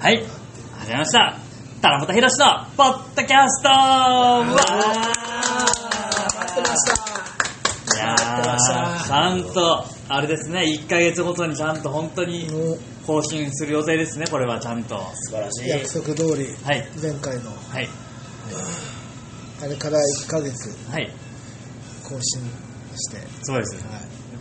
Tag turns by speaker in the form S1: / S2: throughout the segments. S1: はい。始めました。たらもたひろしのポッドキャスト
S2: あー
S1: わ
S2: 待ってました
S1: いや
S2: 待ってました
S1: ー、ちゃんと、あれですね、1ヶ月ごとにちゃんと本当に
S2: もう
S1: 更新する予定ですね、これはちゃんと。
S3: 素晴らしい。
S2: 約束通り
S1: はい。
S2: 前回の
S1: はい。
S2: あれから1ヶ月
S1: はい。
S2: 更新して
S1: そうです。
S2: はい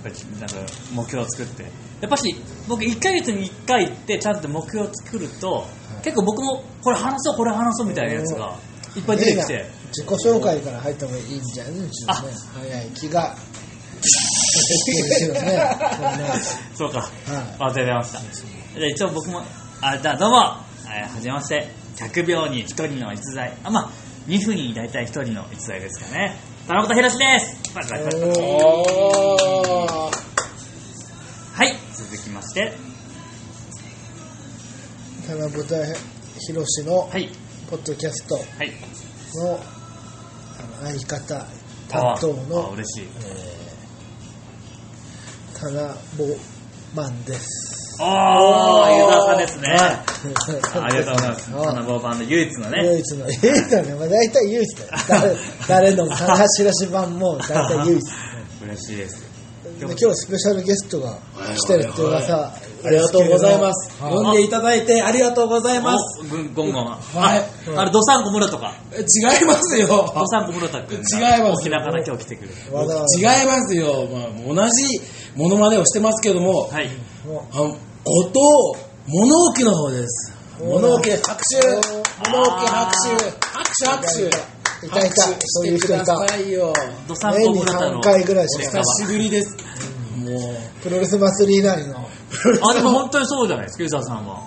S1: やっぱりなんか目標を作ってやっぱし僕1ヶ月に1回ってちゃんと目標を作ると、結構僕もこれ話そうこれ話そうみたいなやつがいっぱい出てき
S2: いい
S1: て
S2: な自己紹介から入った方がいいんじゃないうちのね早い気がそうですよね
S1: そうか
S2: は
S1: あ出ましたじゃあ一応僕もあだどうもえーはじめまして100秒に1人の逸材あまあ2分に大体1人の逸材ですかね田中宏ですパチパチパチパチ
S2: おー
S1: はい続きまして
S2: 田中ひろしの
S1: はい
S2: ポッドキャスト
S1: はい
S2: のあの相方
S1: あ
S2: 担当
S1: あ
S2: の
S1: 嬉しい
S2: 田中マンです
S1: おー湯沢さんですね、
S2: はい
S1: ありがとうございます。
S2: は
S1: 花棒版の唯一の
S2: 唯
S1: ね。
S2: 一の、唯一だね、まあ、大体唯一だよ。誰 誰の棚し版も大体唯一。
S1: 嬉しいです。
S2: 今日スペシャルゲストが来てるって噂ですけれども
S3: ありがとうございます。
S2: はい
S3: 呼んでいただいてありがとうございます。
S1: お。ぐゴンゴンは。
S3: はい
S1: ああれ、ドサンコ室田か。
S3: 違いますよ。
S1: ドサンコ室田君
S3: 違い
S1: が
S3: ます
S1: 沖縄から今日来てくる。
S2: わざわ
S3: 違いますよ。まあ、同じモノマネをしてますけども、
S1: はい。
S2: ざも
S3: あの後藤物置の方です。
S2: おー
S3: 物置拍手
S1: ー
S3: 物置拍手拍手拍手
S2: いたいた
S3: 拍手
S2: そういう
S3: してく
S2: 人い
S3: だ
S2: た
S3: さいよ。
S1: ドサ
S2: う
S1: ン
S2: 年
S1: コ
S2: に
S1: 室田の
S2: 3。回ぐらいしか
S3: 久しぶりです。もう、
S2: プロレス祭り以来の。
S1: あ、でも本当にそうじゃないですか、湯沢さんは。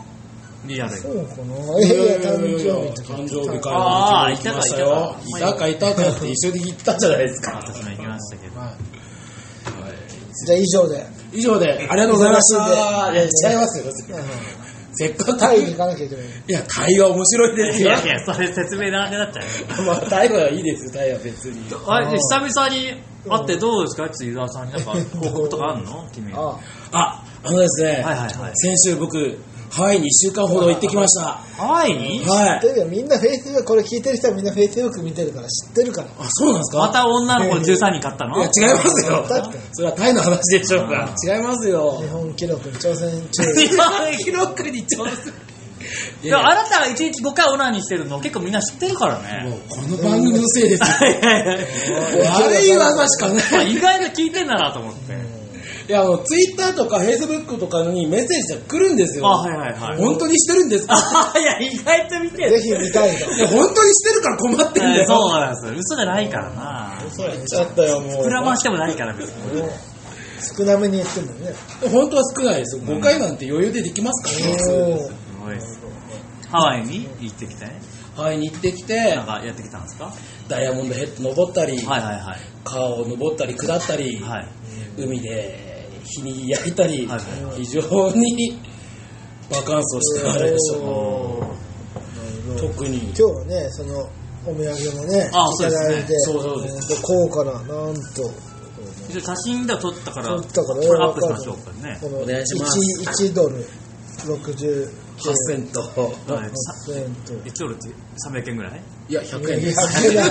S1: リアル
S2: そ
S1: に。
S2: うかな。いやいや、誕生日の時。
S3: 誕生日会
S1: あー
S3: に行きましたよ。い
S1: いた
S3: た
S1: か
S3: かいたかって一緒に行ったじゃないですか。
S1: 私も行きましたけど。
S2: じゃあ以上で。
S3: 以上で、ありがとうございまし
S2: 忙
S3: た。
S2: し
S3: いや、違いますよ。せっかく
S2: タイに
S3: い
S2: 行かなきゃいけない。
S3: や、タイは面白いです
S1: い
S3: よ。
S1: やいや、それ説明なくなっちゃう。
S3: まあ、タイはいいですよ、タイは別に。
S1: あれ、久々に会ってどうですか湯沢さんになんか報告とかあんの君は。
S2: あ
S3: あ、あのですね、
S1: はいはいはい
S3: 先週僕、ハワイに1週間ほど行ってきました。
S1: ハワイに
S2: あ。
S3: は
S2: と
S3: い。
S2: いうかみんなフェイスブック、これ聞いてる人はみんなフェイスブック見てるから知ってるから。
S3: あ、そうなんですか
S1: また女の子13人買った
S3: い
S1: の
S3: や、違いま すよ
S2: だって。
S3: それはタイの話でしょうか。違いますよ
S2: 日。本記録に挑戦中。
S1: 日本記
S3: 記録に挑戦。い
S1: でも
S3: や
S1: あなたが1日5回オナニーしてるの結構みんな知ってるからね。
S3: もうこの番組のせいですよ。 悪
S2: 悪
S3: い
S2: い
S3: 技
S2: 技
S3: しかない。
S1: まあ意外と聞いてんだなと思って。
S3: いや、あの、ツイッターとかフェイスブックとかにメッセージが来るんで
S1: あ、
S3: すよ。
S1: はいはいはい。
S3: 本当にしてるんですか
S1: あ、いや、意外と見て
S2: ぜ
S1: る。
S2: ひ見たいと。
S3: いや、本当にしてるから困ってんだ
S1: えー
S3: よ。
S1: そうなんですよ。嘘じゃないからな。
S3: そう言っちゃったよ、もう。
S1: 膨らましてもないから別に。
S2: 少なめに言ってんだよね。
S3: 本当は少ないですよ。5回なんて余裕でできますから
S2: お
S3: ね普通
S2: ー
S1: すごいです。ハワイに行ってきてね。
S3: はい、に行ってきて
S1: なん、かやってきたんですかはい
S3: ダイヤモンドヘッド登ったり、
S1: はいはい。
S3: 川を登ったり下ったり、
S1: はい。
S3: 海で日に焼いたり、
S1: はいは
S3: 非常にバカンスをしてあれでしょ
S2: お
S3: う。特に
S2: 今。日はね、そのお土産もね、
S1: あそう
S2: い
S1: で
S2: た
S1: すね
S2: だいて、
S3: そうそうで
S2: 高価な、なんと、
S1: 一応写真では撮ったから、
S2: 撮
S1: こ
S2: ったから
S1: れアップしましょうかね。
S2: この
S3: お願いします
S2: 1 1ドル60
S3: 8セント。
S1: はい
S2: 円と。
S1: 1ドルって300円ぐらい
S3: いや、100円
S2: い
S3: で
S2: や
S3: す。
S2: いやい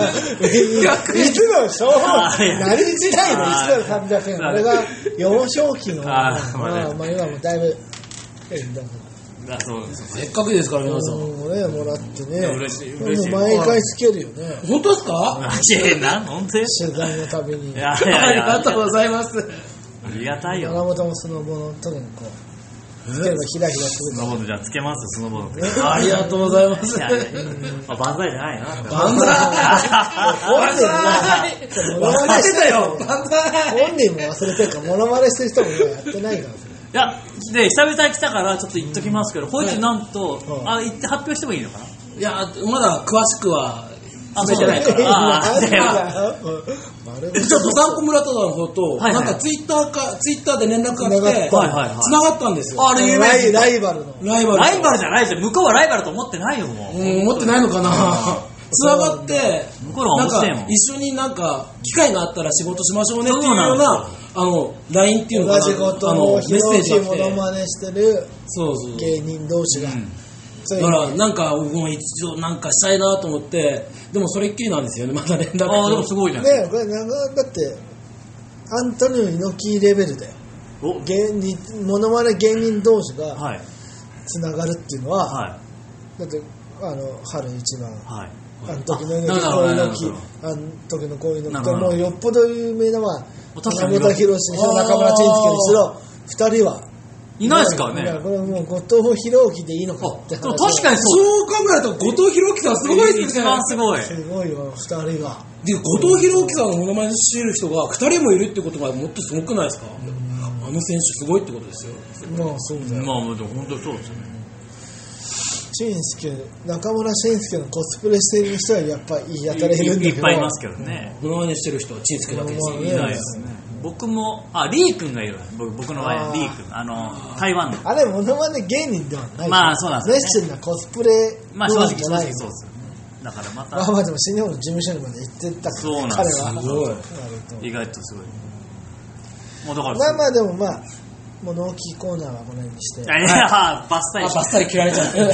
S2: や1ドルしょう
S1: あいや
S2: 何時代の1ドル300円。
S1: あ
S2: これが幼少期の、
S1: あ
S2: まあ
S1: まあね
S2: まあ今もだいぶ、円だから。
S1: あ、そうです。
S3: せっかくですから、皆さん。
S2: もね、もらってね。
S1: や嬉しい嬉しい
S2: でも毎回つけるよね。
S3: 本当ですか
S1: マジでな、本当に
S2: 取材のたびに。
S1: いや
S2: 山
S1: いや
S3: あ
S1: い
S3: り
S1: や
S3: がとうございます。
S1: ありがたいよ。
S2: 本もそのものとにこう、つければひらひらす
S1: ス
S2: る
S1: ノーボードじゃあつけますよ、スノーボードって。
S3: ありがとうございます。
S1: いやいやまあ、万歳じゃないな。
S3: 万 歳
S2: 本人
S3: は
S2: は
S3: 忘れてたよ万歳
S2: 本人も忘れてるから、モノマネする人も今やってないから。
S1: いや、で、久々に来たから、ちょっと言っときますけど、こいつなんと、
S2: うん
S1: あ、言って発表してもいいのかない
S3: や、まだ詳しくは
S1: あ、
S3: 詰めてないから。
S1: ああ
S2: なん
S1: じ
S2: だ
S1: ゃあ
S2: よ丸ご
S3: ちょっと三個村田さんの方と、
S1: はいはい
S3: なんかツイッターか、ツイッターで連絡が来
S2: 繋がっ
S3: て、
S2: た
S1: はいはいはい
S3: 繋がったんですよ。
S1: あれ有名
S2: ラ
S1: 人
S2: イライバルの。
S3: ライバル。
S1: ライバルじゃないじゃん。向こうはライバルと思ってないよ、も
S3: うん、思ってないの かな繋がって、
S1: う。向こうの方が面白
S3: なん
S1: い
S3: か
S1: もん。
S3: 一緒になんか機会があったら仕事しましょうねっていうよ
S1: そう
S3: う
S1: な
S3: な、あの、LINE っていうの
S2: 同
S3: かな
S2: じこ
S3: あ
S2: と
S3: の、メ
S2: を
S3: ッ
S2: ひろ
S3: セージ
S2: き
S3: が来
S2: モノ
S3: て。
S2: マネしてる
S3: そうそう。
S2: 芸人同士が
S1: うん
S2: そう
S3: だから、なんか、僕も一応なんかしたいなと思って、でもそれっきりなんですよね、また連絡
S1: ああ、でもすごいじゃないです
S2: ねこれ長だってアントニオ猪木レベルだよ
S1: か。お、
S2: 芸人モノマネ芸人同士が
S1: はい。
S2: つながるっていうのは、
S1: は
S2: だってあの春一番
S1: い。はい。
S2: あの時の
S3: なる
S2: 猪木
S3: ほ
S2: こういうのき
S3: どなるほど
S2: あの時のこういうの
S1: な
S2: き
S1: るほど
S2: もうよっぽど有名なのは
S1: 確かに
S2: 山田博士にしろ中村俊輔にしろ二人はい
S1: ないですからね。
S2: だから
S1: あ
S2: これもう後藤弘樹でいいのかって
S1: で
S2: 話
S1: も確かに
S3: そ
S1: そう。
S3: う考えると、後藤弘樹さんすごいです
S1: 一
S3: よね
S1: 番。すごい。
S2: すごいよ二人が
S3: で、後藤弘樹さんのモノマネしてる人が2人もいるってことがもっとすごくないですかあの選手すごいってことですよ。
S2: まあそうだよ
S1: まあ、でも本当にそうですよね。
S2: 俊介中村俊介のコスプレしてる人はやっぱいいやたらいるんだけ
S1: い
S2: ど
S1: っぱいいますけどね。
S3: モノマネしてる人はチンスケだけですよ。
S2: うん
S1: いないですね。僕も、あ、リー君がいるわ僕僕の場
S2: あ
S1: 合、
S2: ー
S1: リー君。あの、台湾の。
S2: あれモノマネ芸人ではない
S1: まあそうなん
S2: レ
S1: で
S2: ッ
S1: す
S2: スンなコスプレ
S1: まあ、正直、
S2: じ
S1: 正
S2: ゃない
S1: 直
S2: よ
S1: そうですよね。だからま
S2: まあ
S1: た、
S2: まあでも新日本の事務所にまで行ってったから
S1: そうなん
S2: 彼
S1: です
S2: は
S3: すごい
S2: なるほど
S1: 意外とすごい。もうだから、
S2: まあまあでもまあもう納期コーナーはこの辺にして
S1: いや、バッサリ
S3: あ、
S1: し
S3: バッサリ切られちゃ った。な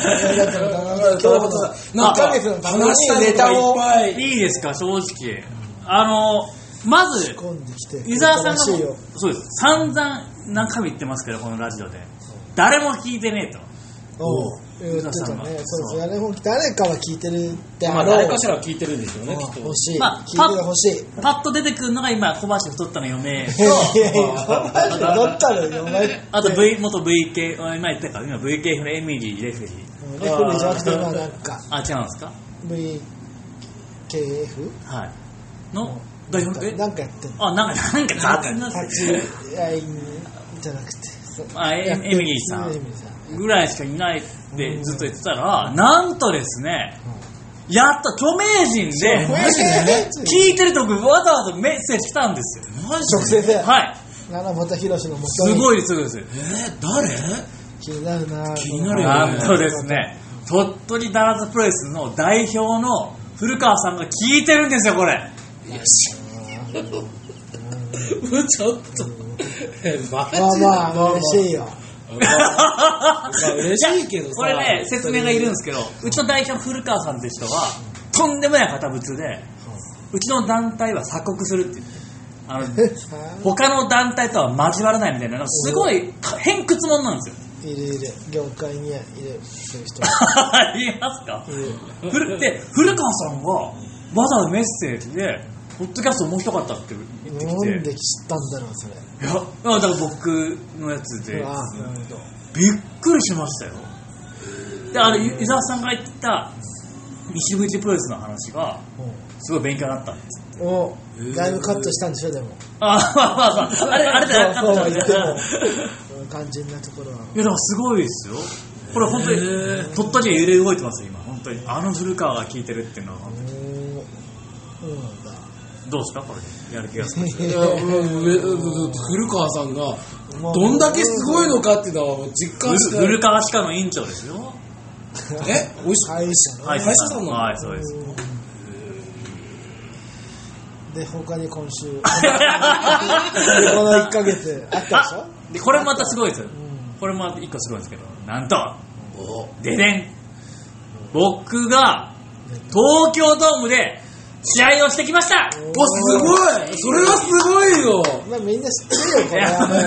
S3: んか、話したネタを。
S1: た。いいですか、正直。あの、まず、
S2: 込んできて
S1: 伊沢さん
S2: しい
S1: がも
S2: よ
S1: う、そうです。散々何回も言ってますけど、このラジオで。誰も聞いてねえと。
S2: おう言ってたねそうそうあれも誰かは聞いてるって
S3: ま
S2: あ
S3: あ、
S2: ろう
S3: 誰かしら聞いてるんですよね、きっと。
S2: 欲しい
S1: まあ
S2: 聞いてが欲しい
S1: パッと出てくるのが今、小橋太ったの嫁。
S2: いやいや戻ったのよお前
S1: あと V、元 VK、今言ったから、今 VKF のエミリー・レフェリー。
S2: レフリーじゃなくて今なんか
S1: あ、違うんですか
S2: VKF?
S1: はい。の、代表、え
S2: なんかやってんの
S1: あ、なんか、なんか雑になって
S2: 立
S1: る。
S2: ち会いじゃなくてそう
S1: あエ
S2: やって
S1: エミリーさ
S2: エ
S1: ん
S2: ミリーさん
S1: ぐらいしかいないってずっと言ってたら、なんとですね、やっと著名人で、
S2: 著名人でね
S1: 聞いてるとこわざわざメッセージ来たんですよ。
S2: 直接だよ
S1: はい。
S2: 七夕博士の目
S1: す
S2: い
S1: ごいです、すごいです。
S3: えー、誰
S2: 気になるな
S3: 気になるよ
S1: なんとですね、鳥取ダラズプロレスの代表の古川さんが聞いてるんですよ、これ。
S3: いや、し、 ちょっと。え、 マジ
S2: まあまあ嬉しいよ
S3: 嬉しいけどさ。
S1: これね、説明がいるんですけど、うちの代表古川さんって人は、とんでもない堅物で、うちの団体は鎖国するって言って。あの他の団体とは交わらないみたいな、なんかすごい偏屈者なんですよ。
S2: いるいる業界にはいるそういう人
S1: 言いますか
S2: いる
S1: 古で、古川さんがわざわざメッセージで、ポッドキャスト面白かったって言ってきて、
S2: なんで知ったんだろうそれ
S1: いや、だから僕のやつで、
S2: ああなるほど
S1: びっくりしましたよ。で、あれ、伊沢さんが言ってた、西口プロレスの話が、すごい勉強になったんです。
S2: おだいぶカットしたんでしょでも
S1: ああ、まあまあま あ、あれ、あれだよ、
S2: そうそう
S1: い
S2: 言
S1: や、だ
S2: っ ても
S1: か
S2: 肝心なところは
S1: らすごいですよ。これ本当に、鳥取で揺れ動いてますよ、今。本当に。あの古川が聞いてるっていうのは
S2: う、ーんそうなんだ
S1: どうですかこれ、やる気がする。
S3: い やうんえうん古川さんが
S2: まあ
S3: どんだけすごいのかっていうのはもう実感して
S1: 古川歯科の院長ですよ。
S3: えおいし
S2: 歯医者の
S1: はい、
S3: 歯医者さんなの
S1: はい、そうです。
S2: で他に今 週この1ヶ月あったでしょ
S1: あでこれまたすごいですよ
S2: ん
S1: これも一個すごいんですけどなんと
S3: お
S1: ででん僕が東京ドームで試合をしてきました
S2: お
S3: おすごいそれはすごいよ
S2: まあみんな知ってるよこれはもう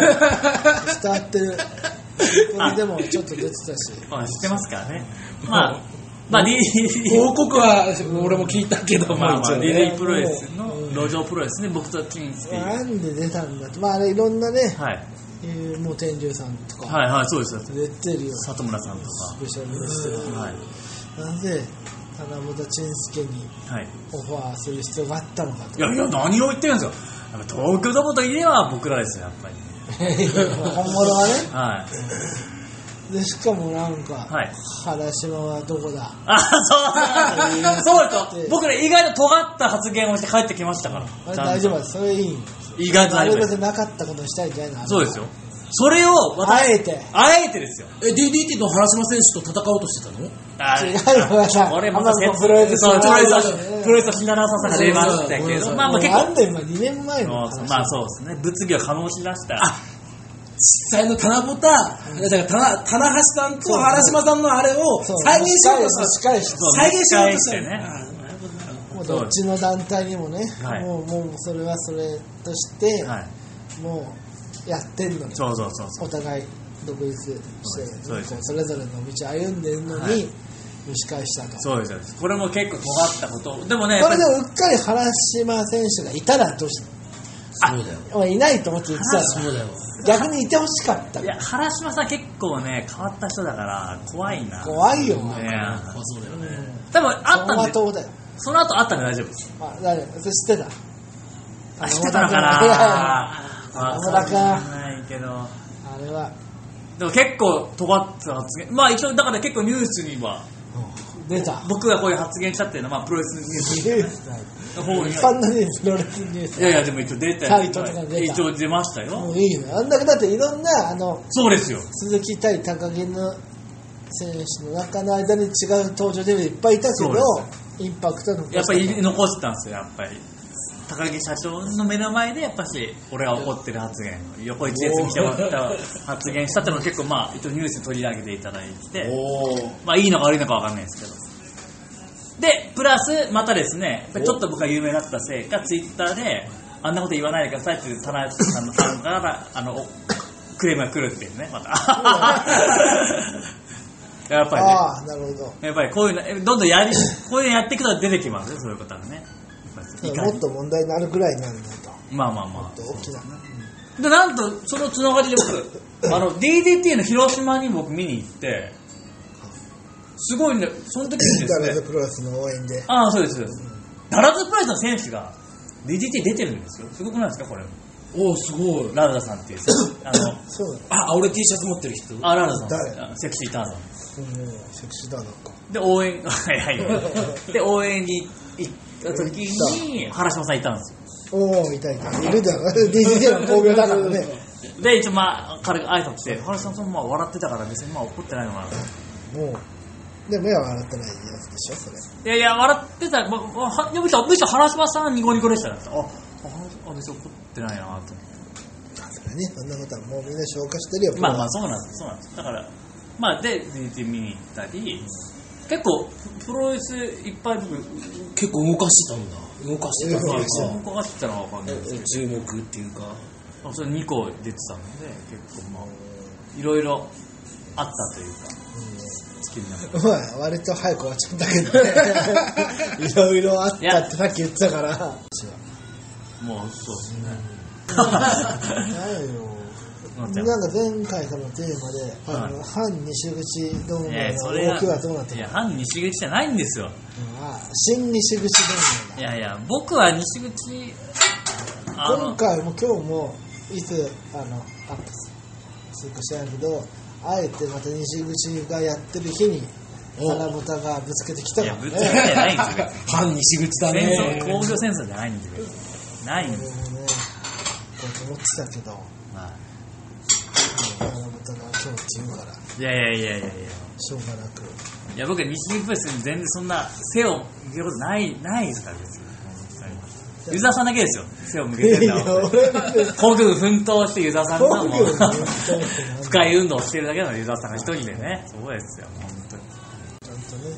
S2: 伝わってるこれでもちょっと出てた し
S1: あ知ってますからねまあまあ DD
S3: 報告は俺も聞いたけど
S1: まあ
S3: ま
S1: ま
S3: あ一
S1: あ
S3: 応
S1: DD
S3: ね
S1: プロレスの路上プロレスで僕とキンスティはい
S2: なんで出たんだってまああれいろんなね
S1: はい
S2: 有もう天竜さんとか
S1: はいそうです
S2: 出てるよス
S1: 里村さんと
S2: ペシャルレス
S1: かはい
S2: トがなぜ七夕俊介に
S1: はい
S2: オファーする必要があったのか
S1: い
S2: と
S1: やいや何を言ってるんですよやっぱ東京ドームといえば僕らですよやっぱり
S2: 本物はね
S1: はい
S2: でしかもなんか、
S1: はい
S2: 原島はどこだ
S1: あ、そう、そうですよ。僕ね、意外と尖った発言をして帰ってきましたから。
S2: あれ
S1: ちゃんと
S2: 大丈夫だそれいい
S1: 意外と
S2: な
S1: 大
S2: る
S1: 丈夫
S2: べ
S1: で
S2: く
S1: す。
S2: なかったことにしたいんじゃないの
S1: そうですよ。それを私、
S2: あえて
S1: あえてですよ。
S3: え DDT の原島選手と戦おうとしてたの
S1: あ
S2: 違うよさ
S1: 俺また
S2: あんまプロレス
S1: そうプロレス
S2: そうだよね
S1: プロレスをひならささが出ましたけ
S3: そうそう
S1: ど、
S3: そう
S1: まあまあ結
S2: なん
S1: 構、
S2: で今2年前の話
S1: そうそうまあそうですね。物議を醸し出した。
S3: 実際の棚ぼた、だから棚棚橋さんと原島さんのあれを
S2: そう
S3: 再現しようとした。
S2: 近い人
S3: 再現しようとした。
S1: そうね
S3: あーなるほどなるほ
S2: もうどっちの団体にもね、
S1: はい
S2: もうもうそれはそれとして、
S1: はい。
S2: もうやってんのに
S1: そうそうそうそう。
S2: お互い独立して
S1: そうです
S2: こうそれぞれの道歩んでるのに、
S1: はい
S2: 蒸し返したと
S1: そうですそうです。これも結構尖ったこと。でもね、
S2: これでうっかり原島選手がいたらどうし
S3: ど。そうだよ。
S2: たいないと思って言ってたら
S3: そうだよ。
S2: 逆にいてほしかった
S1: いや、原島さん結構ね、変わった人だから、怖いな。
S2: 怖いよ、
S1: ね
S3: 怖そうだよね。
S1: 多分あった
S2: 走馬
S1: んで、
S2: 灯だよ、
S1: その後あったんで大丈夫です。
S2: まあ、誰私知ってた
S1: あ、知ってたのか
S2: いやいや
S1: な
S2: あ
S1: そう
S2: まだか
S1: ないけど。
S2: あれは
S1: でも結構尖った発言。まあ一応、だから結構ニュースには、
S2: 出た
S1: 僕がこういう発言したっていうのは、まあプロレスニュー
S2: ニュースだよ
S1: スの方に
S2: 一
S1: は。
S2: 般のニュースプロレスニュース
S1: いやいや、でも一応出た
S2: サイトとか出た
S1: 一応出ました
S2: も
S1: よ。
S2: ういいよあんだけだっていろんなあの
S1: そうですよ。
S2: 鈴木対高木の選手の中の間に違う登場人物いっぱいいたけ
S1: そう
S2: どインパクトの
S1: やっぱり残したんですよ、やっぱり。高木社長の目の前で、やっぱし、俺が怒ってる発言、横一列にしてもらった発言したっていうのを結構、まあ、一応ニュースに取り上げていただいて、
S3: おー。
S1: まあ、いいのか悪いのかわかんないですけど。で、プラス、またですね、やっぱりちょっと僕が有名だったせいか、ツイッターで、あんなこと言わないでくださいっていう、田中さんのファンから、あの、おクレームが来るっていうね、また。 やっぱりね。
S2: ああなるほど
S1: やっぱりこういうのえ、どんどんやり、こういうのやっていくと出てきますね、そういう方がね。いか
S2: もっ
S1: に
S2: と問題になるぐらいになるんだ
S1: まあまあま
S2: と大きな
S1: あ。で、なんと、そのつながりで僕、あの、DDT の広島に僕見に行って、すごいね、その時にで
S2: ダラ
S1: す
S2: ズ
S1: ね、
S2: プロレスの応援で
S1: ああ、そうです。ダラズプライズの選手が DDT 出てるんですよ。すごくないですか、これ。
S3: おー、すごい。
S1: ララダさんっていう選手、あの、
S2: そうだね
S3: あ、俺 T シャツ持ってる人。
S1: あ、ララダさん
S2: 誰
S1: あの、セクシーターザン。
S2: うんセクシーだなんか
S1: で、応援、 はいはい はい。で、応援に行った時に、原島さんいたんですよ。
S2: おおみたいないるだろ DDT の工業だからね
S1: で、一応まあ、軽く挨拶して、原さんとまあ笑ってたから別にまあ怒ってないのかな。
S2: もうで目は笑ってないやつでしょそれ
S1: いやいや、笑ってた、まあまあは、むしろ、むしろ原島さんニコニコでしたね。あ、ああ、別に怒ってないなと思っ
S2: さすがにそんなことはもうみんな消化してるよ
S1: て。まあまあ、そうなんです、そうなんです。だから、まあ、で、DT 見に行ったり、結構、プロレスいっぱい僕、
S3: 結構動かしてたんだ。動かしてたっていう
S1: 注
S3: か。
S1: 目がしてたのはわかんないですけ
S3: 注目っていうか。
S1: ど、それ2個出てたので、結構まあ、いろいろあったというか、好きになった。
S2: まあ割と早く終わっちゃったけどいろいろあったってさっき言ってたから
S1: もう、そう ですね。な
S2: ないよな
S1: っ
S2: ん
S1: ちゃ
S2: か
S1: います
S2: 前回からのテーマで、あの反西口同盟の
S1: いやそれ
S2: 動きはどうなって
S1: い
S2: る
S1: や反西口じゃないんですよ
S2: のか新西口
S1: いやいや僕は西口あ
S2: 同盟今
S1: の
S2: 回も今日もいつあのアップするか知らんけどあえてまた西口がやってる日に原ボタがぶつけてきた
S1: い
S2: か
S1: や
S2: ら
S1: ぶっ
S2: ね
S1: ちゃけじゃないんで すよ
S3: 反西口だ
S1: 別に
S3: ね。
S1: 戦争工業戦争じゃないんですよ別にないん
S2: 俺
S1: です、
S2: もねこうと思ってたけど
S1: まあ、
S2: 原ボタが今日って言うから
S1: いやいやいやいやいや
S2: しょうがなく
S1: いや僕は西口プロレスに全然そんな背を向けることないないですから別にユーザーさんだけですよ背を向けてるのは工業奮闘してユーザーさんがも
S2: 工
S1: う
S2: 業奮闘ってなんだ
S1: 深い運動をしてるだけのユーザーさんが一人でねそうですよ本当に
S2: ちゃんとね、